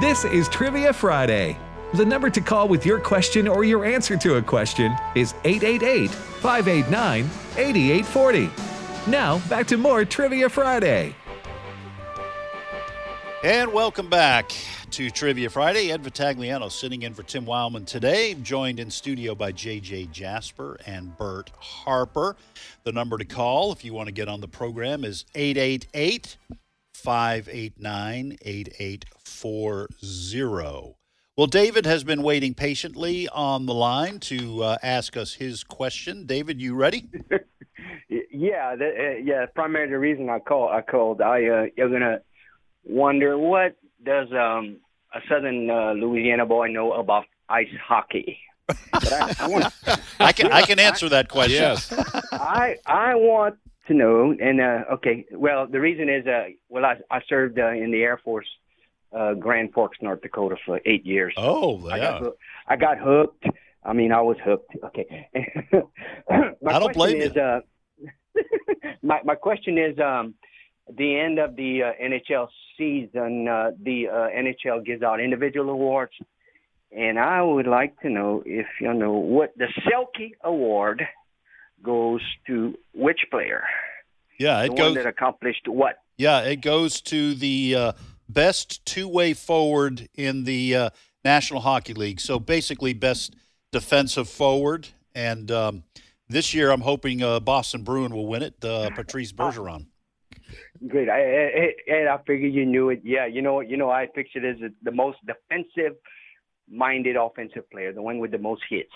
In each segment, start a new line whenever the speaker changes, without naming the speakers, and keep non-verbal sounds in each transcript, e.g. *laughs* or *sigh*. This is Trivia Friday. The number to call with your question or your answer to a question is 888 589 8840. Now, back to more Trivia Friday.
And welcome back to Trivia Friday. Ed Vitagliano sitting in for Tim Wildman today, joined in studio by JJ Jasper and Bert Harper. The number to call if you want to get on the program is 888 589 8840. Well, David has been waiting patiently on the line to uh, ask us his question. David, you ready?
Y- Yeah, that, uh, yeah. Primarily the reason I call I called. I uh, you're gonna wonder what does um, a Southern uh, Louisiana boy know about ice hockey? But I, I want
I can I can answer that question.
Yes.
I I want to know. And uh, okay, well the reason is uh, well I I served uh, in the Air Force, uh, Grand Forks, North Dakota for eight years.
Oh,
I
yeah.
got hooked. I got hooked. I mean, I was hooked. Okay. *laughs* my
I don't blame
question
you.
is, Uh, *laughs* my my question is, um, the end of the uh, NHL season, uh, the uh, NHL gives out individual awards, and I would like to know if you know what the Selkie Award goes to which player?
Yeah,
the
it
one
goes.
that accomplished what?
Yeah, it goes to the uh, best two-way forward in the uh, National Hockey League. So basically, best defensive forward. And um, this year, I'm hoping uh, Boston Bruin will win it. Uh, Patrice Bergeron.
Great. I, I, I, and I figured you knew it. Yeah, you know what? You know, I pictured as the most defensive-minded offensive player, the one with the most hits.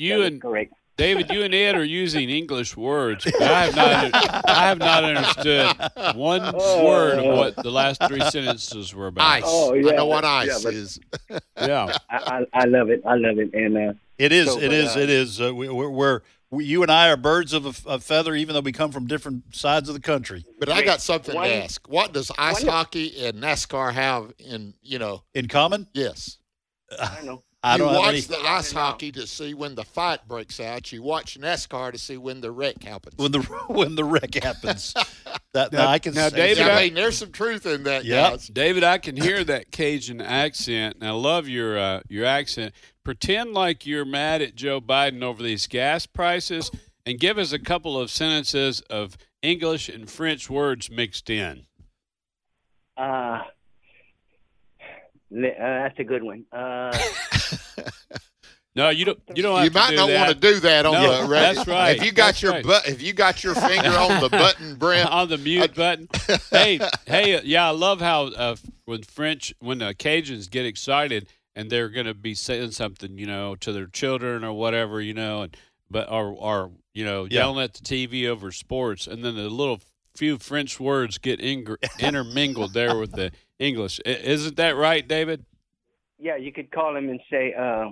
Yes,
you
that is *laughs*
and
correct.
David, you and Ed are using English words. But I have not. I have not understood
*laughs*
one word of what the last three sentences were about.
Ice.
Oh,
I
yeah,
know what
that-
ice
yeah, but-
is.
Yeah.
I, I, I love it. I love it. And
*laughs*
uh,
It is.
So,
it
but,
is.
uh,
it is. Uh, we, we're, we're we, you and I are birds of a, f- a feather, even though we come from different sides of the country.
But I got something
One-
to ask. What does ice
one-
hockey and NASCAR have in, you know,
In common,
yes.
I know.
I
you
don't have
watch
any.
the ice
I know.
hockey to see when the fight breaks out. You watch NASCAR to see when the wreck
*laughs*
happens.
when the when the wreck happens, that
Now-
I can.
now,
say
David,
that.
I
I-
mean, there's some truth in that,
Yeah.
guys.
David, I can hear that Cajun accent, and I love your uh, your accent. Pretend like you're mad at Joe Biden over these gas prices, and give us a couple of sentences of English and French words mixed in.
Uh, le- uh, that's a good one. Uh,
No, you don't. You don't have
You
to
might
do
not
that.
want to do that on
No,
the radio.
that's right.
If you got
That's
your
right. Uh-huh.
butt, if you got your finger
*laughs*
on the button, Brent,
on the mute button.
*laughs*
hey, hey, uh, yeah, I love how uh, when French, when uh, Cajuns get excited and they're going to be saying something, you know, to their children or whatever, you know, and but or or you know,
Yeah.
yelling at the TV over sports, and then the little few French words
*laughs*
get ingr intermingled there with the English. I- isn't that
*laughs*
right, David?
yeah, you could call him and say, uh,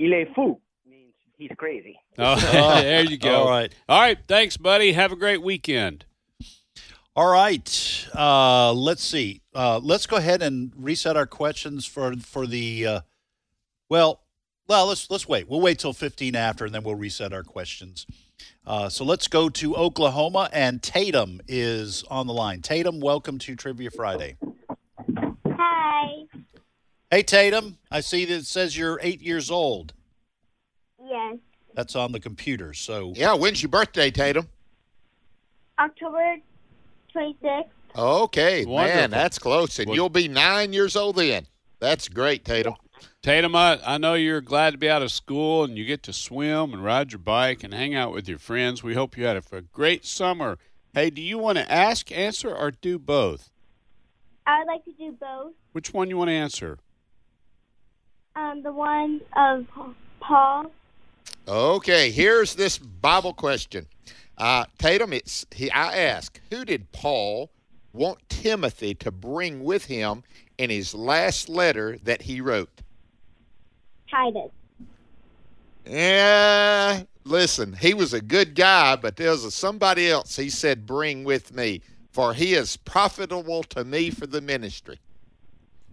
"Il est fou," means he's crazy.
Oh, *laughs* there you go.
All right.
all right. Thanks, buddy. Have a great weekend.
All right. Uh, let's see. Uh, let's go ahead and reset our questions for for the. Uh, well, well, let's let's wait. We'll wait till fifteen after, and then we'll reset our questions. Uh, so let's go to Oklahoma, and Tatum is on the line. Tatum, welcome to Trivia Friday.
Hi.
Hey, Tatum. I see that it says you're eight years old.
Yes.
That's on the computer. So
yeah. When's your birthday, Tatum?
October 26th.
Okay,
Wonderful.
man, that's close, and
Well-
you'll be nine years old then. That's great, Tatum.
Tatum, I, I know you're glad to be out of school and you get to swim and ride your bike and hang out with your friends. We hope you had a, a great summer. Hey, do you want to ask, answer, or do both?
I would like to do both.
Which one you want to answer?
Um, the one of Paul.
Okay, here's this Bible question, uh, Tatum. It's he. I ask, who did Paul want Timothy to bring with him in his last letter that he wrote?
Titus.
Yeah, listen, he was a good guy, but there's a, somebody else he said, Bring with me, for he is profitable to me for the ministry.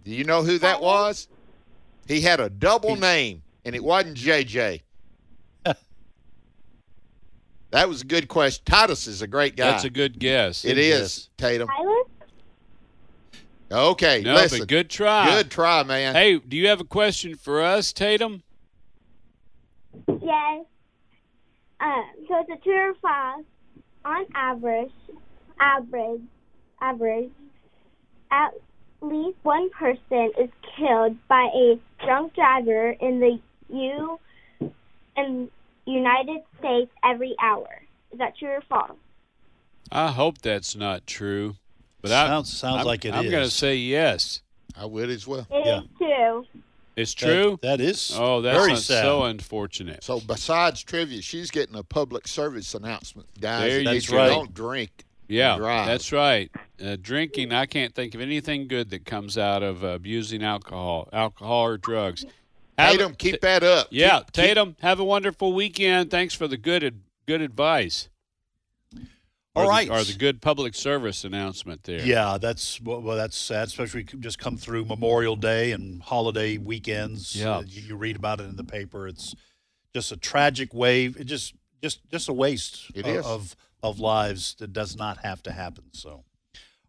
Do you know who that was? He had a double name, and it wasn't JJ.
*laughs*
that was a good question. Titus is a great guy.
That's a good guess.
it is, Tatum.
Titus?
Okay,
No,
listen.
but good try.
Good try, man.
Hey, do you have a question for us, Tatum?
Yes. Um, so it's a true or false. On average, average, average, at least one person is killed by a drunk driver in the U in United States every hour. Is that true or false?
I hope that's not true. But
Sounds-
I,
sounds
I'm,
like it
I'm
is.
going to say yes.
I would as well.
It is
Yeah.
true.
It's
That-
true.
that is.
oh, that's
very
un-
sad.
so unfortunate.
So besides trivia, she's getting a public service announcement, guys.
There
if
you
you
go.
Don't drink.
yeah,
drive.
that's right. Uh, drinking, I can't think of anything good that comes out of uh, abusing alcohol, alcohol or drugs. Have a-
Tatum, keep that up.
Yeah,
Keep- keep-
Tatum, have a wonderful weekend. Thanks for the good ad- good advice.
All
Or the-
right.
or the good public service announcement there.
Yeah, that's well, well, that's sad, especially just come through Memorial Day and holiday weekends.
Yeah.
Uh, you, you read about it in the paper. It's just a tragic wave. It just just just a waste
It
o-
is.
of of lives that does not have to happen. So,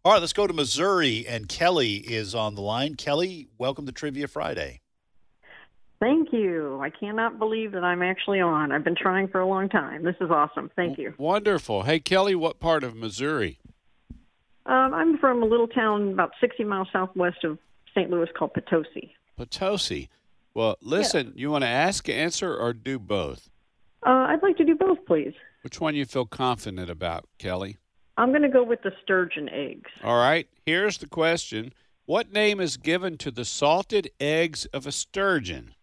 all right, let's go to Missouri, and Kelly is on the line. Kelly, welcome to Trivia Friday.
Thank you. I cannot believe that I'm actually on. I've been trying for a long time. This is awesome. Thank you.
Wonderful. Hey, Kelly, what part of Missouri?
Um, I'm from a little town about 60 miles southwest of St. Louis called Potosi.
Potosi. Well, listen, you want to ask, answer, or do both?
Uh, I'd like to do both, please.
Which one you feel confident about, Kelly?
I'm going to go with the sturgeon eggs.
All right, here's the question What name is given to the salted eggs of a sturgeon?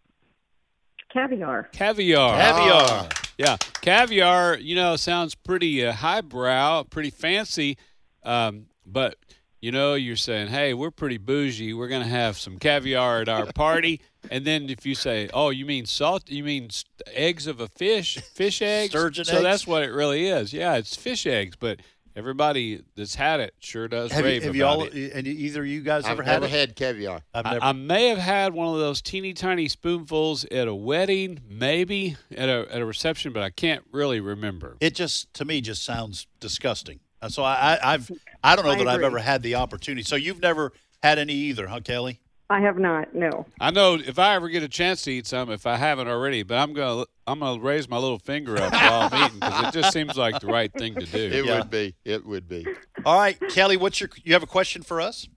Caviar.
Caviar. Ah,
Caviar.
Yeah, caviar. You know, sounds pretty uh, highbrow, pretty fancy, um, but you know, you're saying, "Hey, we're pretty bougie. We're gonna have some caviar at our
*laughs*
party." and then if you say, "Oh, you mean salt? You mean s eggs of a fish? Fish eggs?
Sturgeon
so
eggs?
that's what it really is. Yeah, it's fish eggs, but everybody that's had it sure does
Have, you,
rave
have you
about
all?
it.
And either of you guys
I've
ever had
never
it?
had caviar.
I've
I,
never.
I may have had one of those teeny tiny spoonfuls at a wedding, maybe at a at a reception, but I can't really remember.
it just to me just sounds disgusting. And so I, I I've I don't know
I
that I've
agree.
ever had the opportunity. So you've never had any either, huh, Kelly?
I have not, no.
I know if I ever get a chance to eat some, if I haven't already, but I'm gonna I'm gonna raise my little finger up while I'm eating because it just seems like the right thing to do.
It
Yeah.
would be. It would be.
All
*laughs*
right, Kelly, what's your you have a question for us?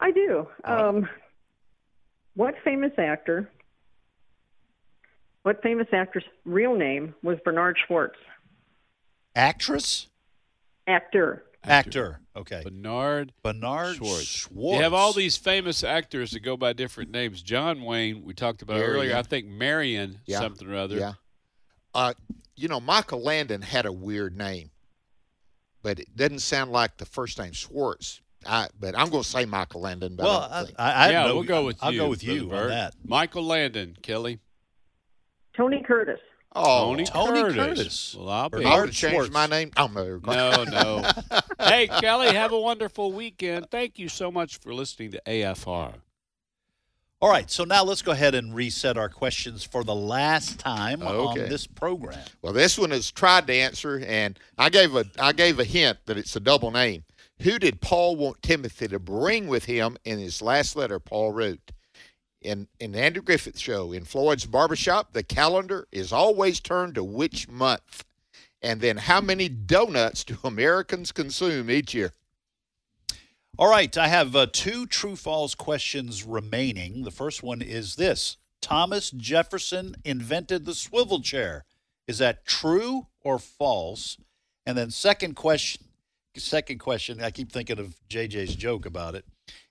I do. Um, what famous actor, what famous actor's real name was Bernard Schwartz?
Actress?
Actor.
Actor. Okay.
Bernard
Bernard
Schwartz.
Schwartz.
You have all these famous actors that go by different names. John Wayne, we talked about
Marion.
earlier. I think Marion
Yeah.
something or other.
Yeah. Uh, you know, Michael Landon had a weird name, but it doesn't sound like the first name Schwartz. I, but I'm going to say Michael Landon. But
Well, uh,
I don't
I,
think-
I, I
Yeah,
know-
we'll go with
I'll
you.
go with you
Brother
on
Bert.
that.
Michael Landon, Kelly.
Tony Curtis.
oh,
Tony,
Tony
Curtis.
Curtis.
Well, I'll be.
Bernard
I would
Schwartz.
change my name. I'm a,
No, no. *laughs* hey, Kelly, have a wonderful weekend. Thank you so much for listening to AFR.
All right, so now let's go ahead and reset our questions for the last time
Okay.
on this program.
Well, this one is tried to answer, and I gave a I gave a hint that it's a double name. Who did Paul want Timothy to bring with him in his last letter, Paul wrote? In in the Andrew Griffith show in Floyd's barbershop, the calendar is always turned to which month? And then how many donuts do Americans consume each year?
All right, I have uh, two true false questions remaining. The first one is this Thomas Jefferson invented the swivel chair. Is that true or false? And then, second question, second question, I keep thinking of JJ's joke about it.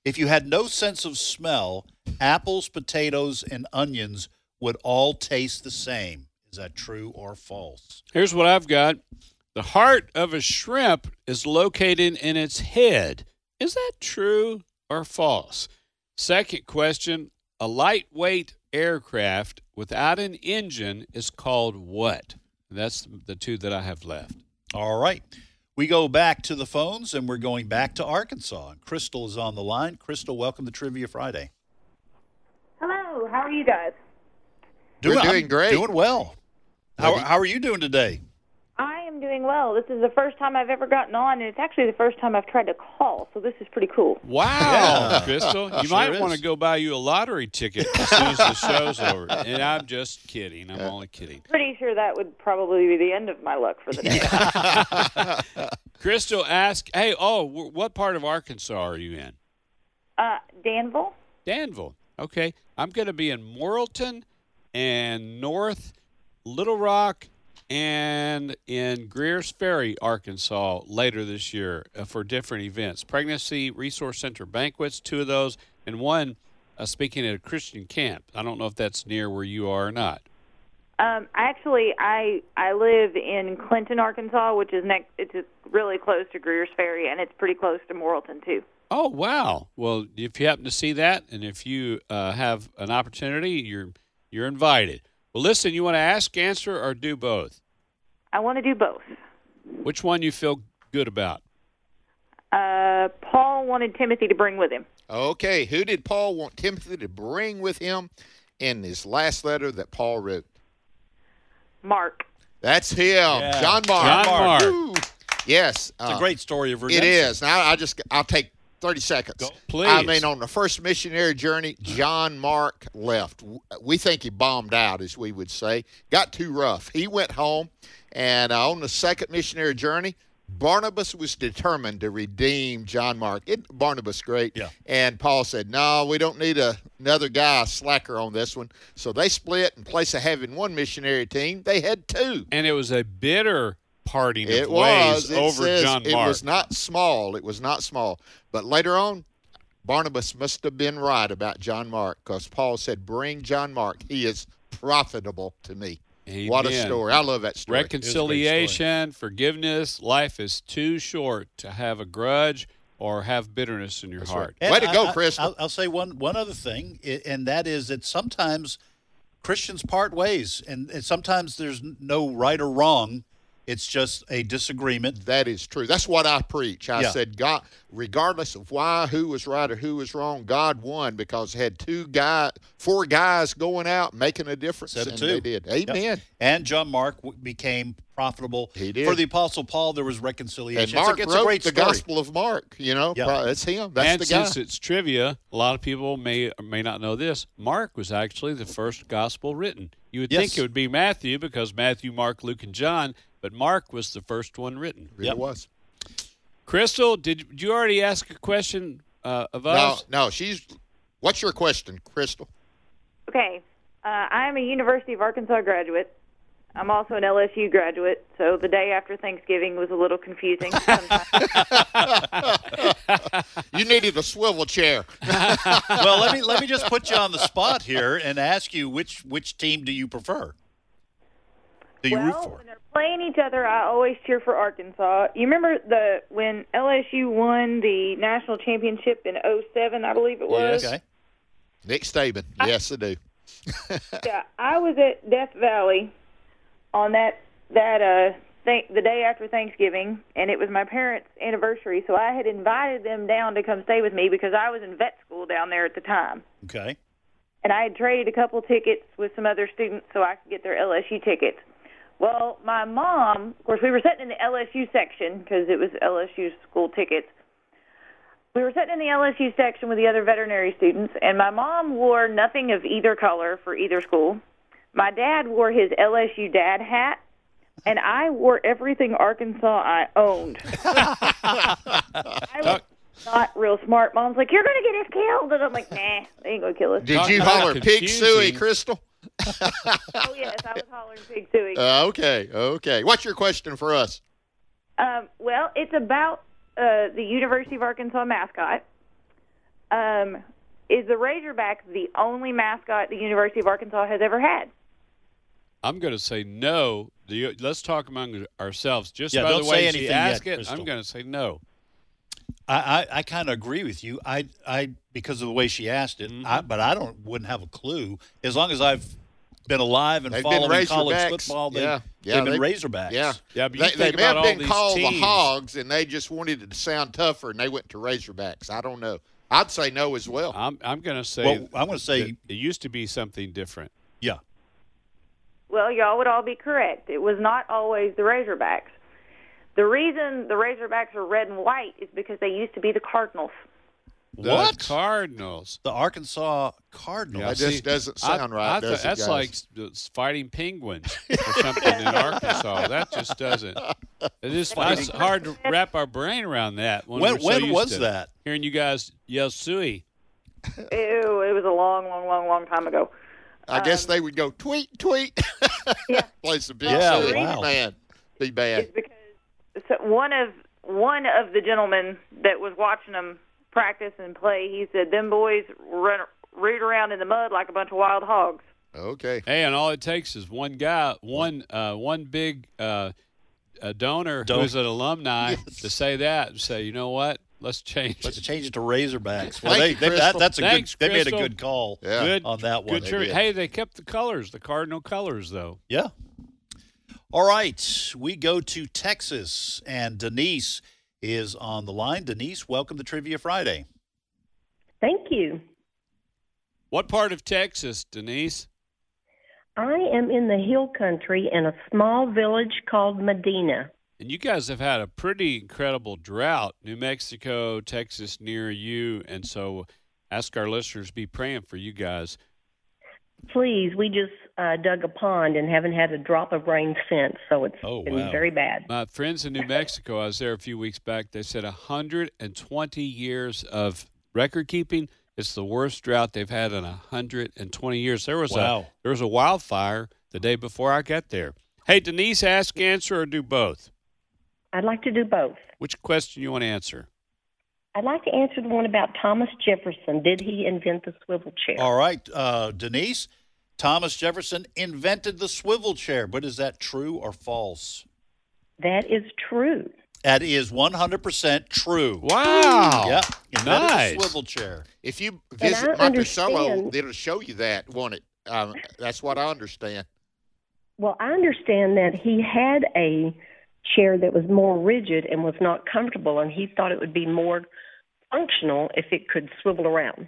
If you had no sense of smell, apples, potatoes, and onions would all taste the same. Is that true or false?
Here's what I've got. The heart of a shrimp is located in its head. Is that true or false? Second question A lightweight aircraft without an engine is called what? That's the two that I have left.
All right. We go back to the phones and we're going back to Arkansas. And Crystal is on the line. Crystal, welcome to Trivia Friday.
Hello, how are you guys?
We're doing
I'm
great.
Doing well. How, how are you doing today?
I am I'm doing well. This is the first time I've ever gotten on, and it's actually the first time I've tried to call, so this is pretty cool.
Wow,
Yeah. *laughs*
Crystal. You
Sure
might
is.
want to go buy you a lottery ticket as soon as the show's over. And I'm just kidding. I'm only kidding.
Pretty sure that would probably be the end of my luck for the day.
Crystal asked, hey, oh, wh- what part of Arkansas are you in?
*laughs* Uh, Danville?
Danville. Okay. I'm going to be in Morrilton and North Little Rock and in Greers Ferry, Arkansas later this year uh, for different events. Pregnancy Resource Center banquets, two of those, and one uh, speaking at a Christian camp. I don't know if that's near where you are or not.
Um, actually, I I live in Clinton, Arkansas, which is next. It's really close to Greer's Ferry, and it's pretty close to Morrilton too.
Oh, wow. Well, if you happen to see that and if you uh, have an opportunity, you're you're invited. Well, listen, you want to ask, answer, or do both?
I want to do both.
Which one you feel good about?
Uh, Paul wanted Timothy to bring with him.
Okay, who did Paul want Timothy to bring with him in his last letter that Paul wrote?
Mark.
That's him,
Yeah.
John
John
Mark.
Mark.
Woo. Yes,
It's a
uh,
great story of
It
redemption.
is. Now I just I'll take thirty seconds.
Go. Please.
I mean, on the first missionary journey, John Mark left. W- We think he bombed out, as we would say. Got too rough. He went home, and uh, on the second missionary journey, Barnabas was determined to redeem John Mark. Isn't Barnabas great?
Yeah.
And Paul said, "No, we don't need a, another guy a slacker on this one." So they split. In place of having one missionary team, they had two.
and it was a bitter parting
It
of
was
ways
it
over
says
John
It
Mark.
was not small. It was not small. But later on, Barnabas must have been right about John Mark because Paul said, "Bring John Mark. He is profitable to me." What a
Amen.
story! I love that story.
Reconciliation, forgiveness. Life is too short to have a grudge or have bitterness in your
That's right.
heart.
Way to go,
I,
Crystal.
I, will I'll say one one other thing, i- and that is that sometimes Christians part ways, and, and sometimes there's n- no right or wrong. It's just a disagreement.
That is true. That's what I preach. I
Yeah.
said, God, regardless of why, who was right or who was wrong, God won because he had two guy, four guys going out making a difference,
Said it
and
too.
they did. Amen.
And John Mark w- became profitable.
He did.
For the Apostle Paul, there was
And
reconciliation. It's a-
Mark
it's, a,
wrote
great
the
story.
Gospel of Mark. You know,
Yeah.
pro- that's him. That's
and
the guy.
since it's trivia, a lot of people may or may not know this. Mark was actually the first gospel written. You would think
Yes.
it would be Matthew because Matthew, Mark, Luke, and John, but Mark was the first one written.
Really
Yep.
was.
Crystal, did, did you already ask a question uh, of
No,
us?
no, she's. What's your question, Crystal?
Okay. Uh, I'm a University of Arkansas graduate. I'm also an LSU graduate, so the day after Thanksgiving was a little confusing. sometimes.
You needed a swivel *laughs* chair.
*laughs* well, let me let me just
*laughs*
put you on the spot here and ask you which which team do you prefer? Do you
well,
root for?
when they're playing each other, I always cheer for Arkansas. You remember the when LSU won the national championship in '07, I believe it was.
Okay.
Nick Saban. Yes, I do.
Yeah, I was at Death Valley on that that uh th- the day after Thanksgiving, and it was my parents' anniversary, so I had invited them down to come stay with me because I was in vet school down there at the time,
Okay.
and I had traded a couple tickets with some other students so I could get their LSU tickets. Well, my mom, of course, we were sitting in the LSU section because it was LSU school tickets. We were sitting in the LSU section with the other veterinary students, and my mom wore nothing of either color for either school. My dad wore his LSU dad hat, and I wore everything Arkansas I owned. I was not real smart. Mom's like, "You're gonna get us killed," and I'm like, "Nah, they ain't gonna kill us."
Did
Not-
you
not
holler pig
confusing.
suey, Crystal?
oh yes, I was hollering pig suey.
Uh, okay, okay. What's your question for us?
Um, well, it's about uh, the University of Arkansas mascot. Um, is the Razorback the only mascot the University of Arkansas has ever had?
I'm going to say no. The, let's talk among ourselves. Just
Yeah,
by
don't
the
say
way
anything
she
yet,
asked it,
Crystal.
I'm going to say no.
I, I, I kind of agree with you. I I because of the way she asked it, I,
Mm-hmm.
but I don't wouldn't have a clue. As long as I've been alive and
They've been
following college
Razorbacks.
football, they,
Yeah. Yeah,
they've been
they-
Razorbacks.
Yeah.
Yeah, but you
They, they
think
may
about
have
all
been
these
called the
teams.
Hogs, and they just wanted it to sound tougher, and they went to Razorbacks. I don't know. I'd say no as well.
I'm, I'm going to say
Well, I'm going to say
that it used to be something different.
yeah.
Well, y'all would all be correct. It was not always the Razorbacks. The reason the Razorbacks are red and white is because they used to be the Cardinals.
The
What?
Cardinals.
The Arkansas Cardinals.
That just doesn't
I-
sound
I
right,
thought-
does it,
that's
guys?
like s- s- fighting penguins or something in Arkansas. That just doesn't. It is it's hard to wrap our brain around that.
When-
we're so
when
used
was
to
that?
Hearing you guys yell "Suey."
Ew, it was a long, long, long, long time ago.
I guess
Um,
they would go tweet, tweet. *laughs*
Yeah.
Play some big
Yeah,
silly
wow.
man. Be
Is
bad.
because so one of one of the gentlemen that was watching them practice and play, he said, "Them boys run root around in the mud like a bunch of wild hogs."
Okay.
Hey, and all it takes is one guy, one uh, one big uh, a donor
Don-
who's an alumni
Yes.
to say that and say, you know what? Let's change.
Let's
it."
change it to Razorbacks. Well,
Thank
they,
you,
they, that,
Crystal.
that's a
Thanks,
good. They made
Crystal.
a good call
Yeah.
Good
on that one.
Good
They
trivia.
did.
Hey, they kept the colors, the cardinal colors, though.
Yeah. All right. We go to Texas, and Denise is on the line. Denise, welcome to Trivia Friday.
Thank you.
What part of Texas, Denise?
I am in the hill country in a small village called Medina.
And you guys have had a pretty incredible drought. New Mexico, Texas, near you, and so ask our listeners be praying for you guys.
Please, we just uh, dug a pond and haven't had a drop of rain since, so it's
Oh,
been
wow.
very bad.
My friends in New Mexico, I was there a few weeks back. They said 120 years of record keeping. It's the worst drought they've had in 120 years. There was a
Wow.
there was a wildfire the day before I got there. Hey, Denise, ask, answer, or do both.
I'd like to do both.
Which question you want to answer?
I'd like to answer the one about Thomas Jefferson. Did he invent the swivel chair?
All right, uh, Denise. Thomas Jefferson invented the swivel chair, but is that true or false?
That is true.
That is 100% true.
Wow.
Yeah. Invented
Nice.
The swivel chair.
If you
I
visit Monticello,
understand-
it'll show you that, won't it? Um, that's what I understand.
Well, I understand that he had a chair that was more rigid and was not comfortable, and he thought it would be more functional if it could swivel around.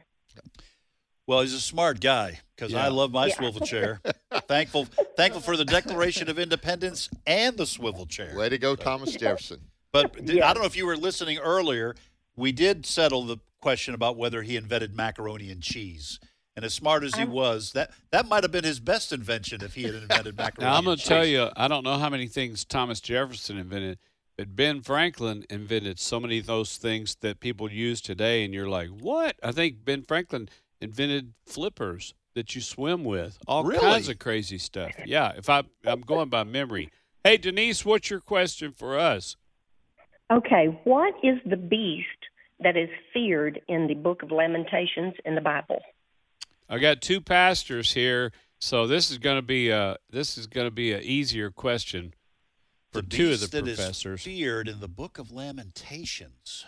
Well, he's a smart guy because I
Yeah.
love my
Yeah.
swivel
*laughs*
chair. thankful, thankful for the Declaration of Independence and the swivel chair.
Way to go, Thomas Jefferson.
But th-
Yeah.
I don't know if you were listening earlier. We did settle the question about whether he invented macaroni and cheese. And as smart as he was, that that might have been his best invention if he had invented macaroni.
Now I'm going
and
to tell
cheese.
you, I don't know how many things Thomas Jefferson invented, but Ben Franklin invented so many of those things that people use today, and you're like, what? I think Ben Franklin invented flippers that you swim with, all
Really?
kinds of crazy stuff. Yeah, if I I'm going by memory. Hey Denise, what's your question for us?
Okay, what is the beast that is feared in the book of Lamentations in the Bible?
I got two pastors here, so this is going to be a this is going to be an easier question for
the
two of
beast
the
that is
professors.
feared in the Book of Lamentations.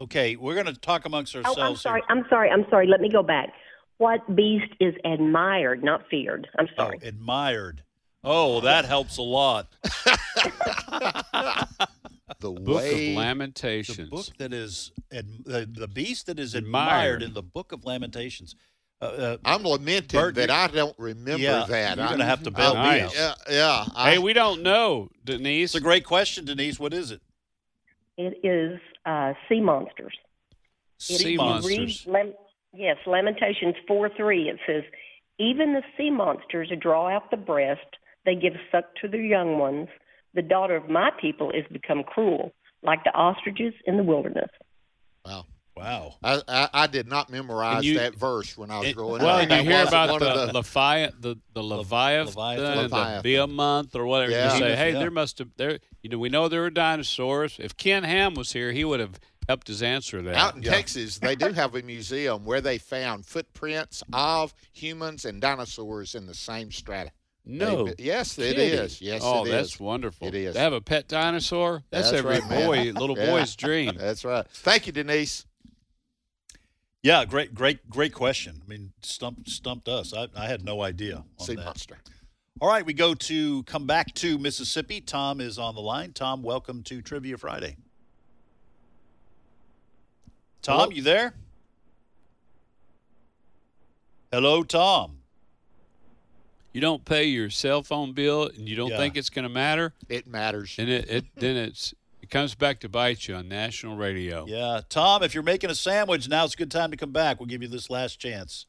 Okay, we're going to talk amongst
Oh,
ourselves.
I'm sorry,
here.
I'm sorry, I'm sorry. Let me go back. What beast is admired, not feared? I'm
Oh,
sorry.
admired. Oh, well, that helps a lot.
The
Book of
way
Lamentations.
The book that is ad- the, the beast that is admired
Admired.
in the Book of Lamentations. Uh, uh,
I'm lamenting
Bert,
that
you-
I don't remember
yeah,
that.
you're
I-
gonna have to
I'll
bail
be-
me out.
Yeah, yeah. I-
Hey, we don't know, Denise.
it's a great question, Denise. What is it?
It is uh, sea monsters. If
Sea
you
monsters.
Read, Lam- yes, Lamentations 4 3, it says, Even the sea monsters draw out the breast, they give suck to their young ones. The daughter of my people is become cruel, like the ostriches in the wilderness.
wow.
Wow.
I, I, I did not memorize
And you-
that verse when I was
It-
growing
well,
up.
and
That
you hear
wasn't
about
one of
the, Leviathan, the, the Leviathan, the
Leviathan.
Behemoth, or whatever.
Yeah.
You say, hey,
Yeah.
there must have there. You know, we know there were dinosaurs. If Ken Ham was here, he would have helped us answer that.
Out in Texas, they do have a museum where they found footprints of humans and dinosaurs in the same strata.
no,
They- yes, it
kidding.
is. Yes,
oh,
it
that's
is.
wonderful.
It is.
To have a pet dinosaur, that's,
That's
every
right, man.
boy, little
*laughs* Yeah. Uh,
boy's dream.
That's right. Thank you, Denise.
Yeah, great, great, great question. I mean, stumped stumped us. I, I had no idea on
Sea
that.
monster.
All right, we go to come back to Mississippi. Tom is on the line. Tom, welcome to Trivia Friday. Tom,
Hello?
you there? Hello, Tom.
you don't pay your cell phone bill and you don't
Yeah.
think it's going to matter,
It matters.
and it, it then it's it comes back to bite you on national radio.
Oh. Yeah, Tom, if you're making a sandwich, now's a good time to come back. We'll give you this last chance.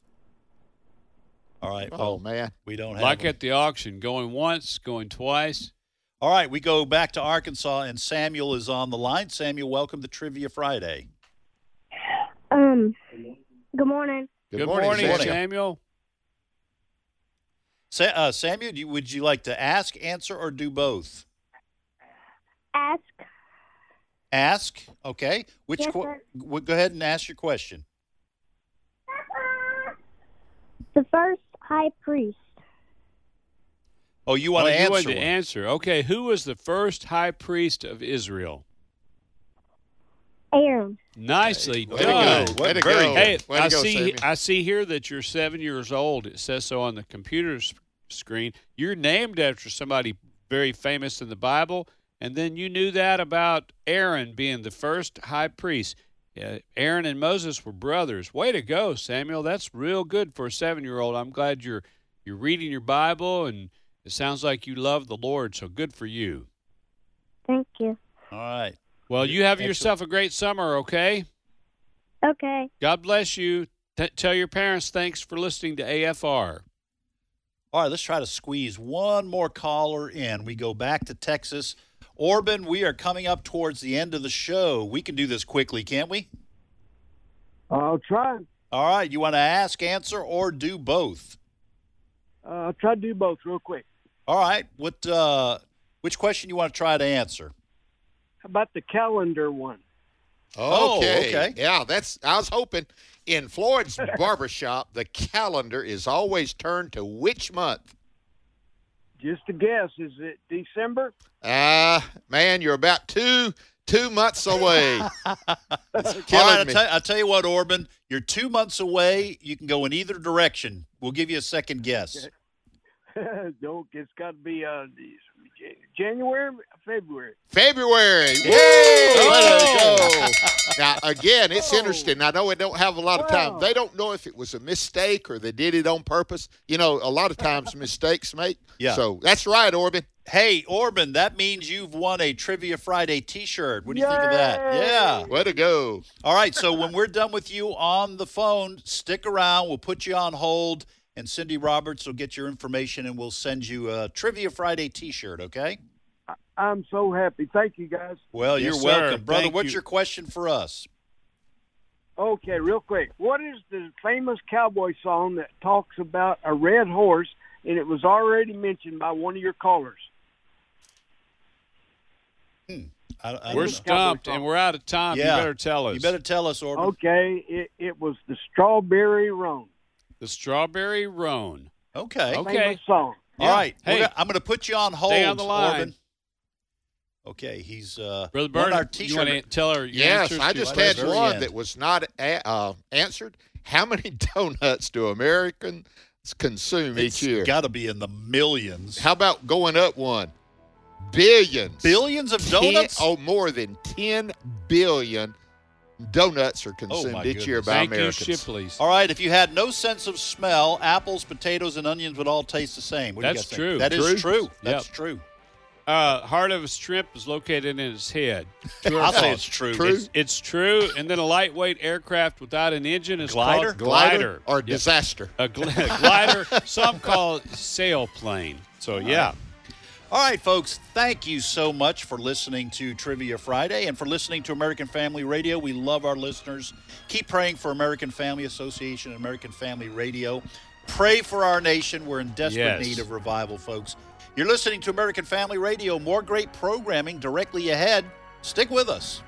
All right.
oh
Well,
man,
we don't have
Like
them.
at the auction, going once, going twice.
All right, we go back to Arkansas, and Samuel is on the line. Samuel, welcome to Trivia Friday.
Um, good morning.
good, morning, Samuel.
Samuel.
Sa- uh, Samuel, do you, would you like to ask, answer, or do both?
Ask.
Ask. Okay. Which?
Yes,
que-
sir.
w- go ahead and ask your question.
The first high priest,
Oh, you want
Oh,
to
you
answer?
wanted to
one.
answer. Okay, who was the first high priest of Israel?
Aaron.
Nicely
Way
done.
to go. Way to
Very
go.
good.
Hey,
Way to
I
go,
see.
Samuel.
I see here that you're seven years old. It says so on the computer s- screen. You're named after somebody very famous in the Bible, and then you knew that about Aaron being the first high priest. Yeah, Aaron and Moses were brothers. Way to go, Samuel. That's real good for a seven-year-old. I'm glad you're you're reading your Bible, and it sounds like you love the Lord. So good for you.
Thank you.
All right.
Well, you have
Excellent.
yourself a great summer. Okay.
Okay.
God bless you. T- tell your parents thanks for listening to AFR.
All right, let's try to squeeze one more caller in. We go back to Texas. Orban, we are coming up towards the end of the show. We can do this quickly, can't we?
I'll try.
All right, you want to ask, answer, or do both?
Uh, I'll try to do both real quick.
All right, what uh, which question you want to try to answer?
How about the calendar one?
Oh,
Okay.
okay.
Yeah, that's. I was hoping in Floyd's barbershop, the calendar is always turned to which month?
Just a guess. Is it December?
Ah, man, you're about two two months away. *laughs* It's killing
All right,
me.
I, tell, I tell you what, Orban, you're two months away. You can go in either direction. We'll give you a second guess.
*laughs* Don't. It's got to be uh, January, February.
February. Yay!
Oh!
Way to go. now again, it's
Oh.
interesting. I know we don't have a lot of
Wow.
time. They don't know if it was a mistake or they did it on purpose. You know, a lot of *laughs* times mistakes make.
Yeah.
So that's right, Orban.
Hey, Orban, that means you've won a Trivia Friday T-shirt. What do you think of that?
Yay!
Yeah.
Way to go.
All right. So when we're done with you on the phone, stick around. We'll put you on hold, and Cindy Roberts will get your information, and we'll send you a Trivia Friday T-shirt. Okay.
I'm so happy. Thank you guys.
Well,
Yes,
you're
sir.
welcome, brother.
Thank
what's
you.
your question for us?
Okay, real quick. What is the famous cowboy song that talks about a red horse? And it was already mentioned by one of your callers.
Hmm, I, I
We're
don't know.
stumped and we're out of time.
Yeah.
You better tell us.
You better tell us, Orban. Okay.
Okay, it, it was the Strawberry Roan.
The strawberry roan. Okay.
Famous song.
All right.
Hey.
We're gonna- I'm going to put you on hold,
Stay on the line.
Orban. Okay. He's uh,
Brother
won
Bird,
our
you want to
T-shirt.
tell her? your
Yes,
answers
I
to
just
our
had
question?
very
one
end.
that was not a- uh, answered. How many *laughs* donuts do Americans consume each year?
got to be in the millions.
How about going up one? Billions.
Billions of
Ten-
donuts.
oh, more than 10 billion donuts are
Oh, my
consumed each year
goodness.
by
Thank
Americans.
you, Shipley's.
All right, if you had no sense of smell, apples, potatoes, and onions would all taste the same. What do you
That's
guys think?
true.
That is
True.
true. That's
Yep.
true.
Uh, heart of a shrimp is located in
*laughs*
its head. True or
I'll say
false?
it's true.
True.
It's-
It's true. And then a lightweight aircraft without an engine is
Glider?
called
Glider
glider.
or
Yeah.
disaster.
A gl- *laughs* glider. Some call it sail plane. So yeah.
All right, folks, thank you so much for listening to Trivia Friday and for listening to American Family Radio. We love our listeners. Keep praying for American Family Association and American Family Radio. Pray for our nation. We're in desperate
Yes.
need of revival, folks. You're listening to American Family Radio. More great programming directly ahead. Stick with us.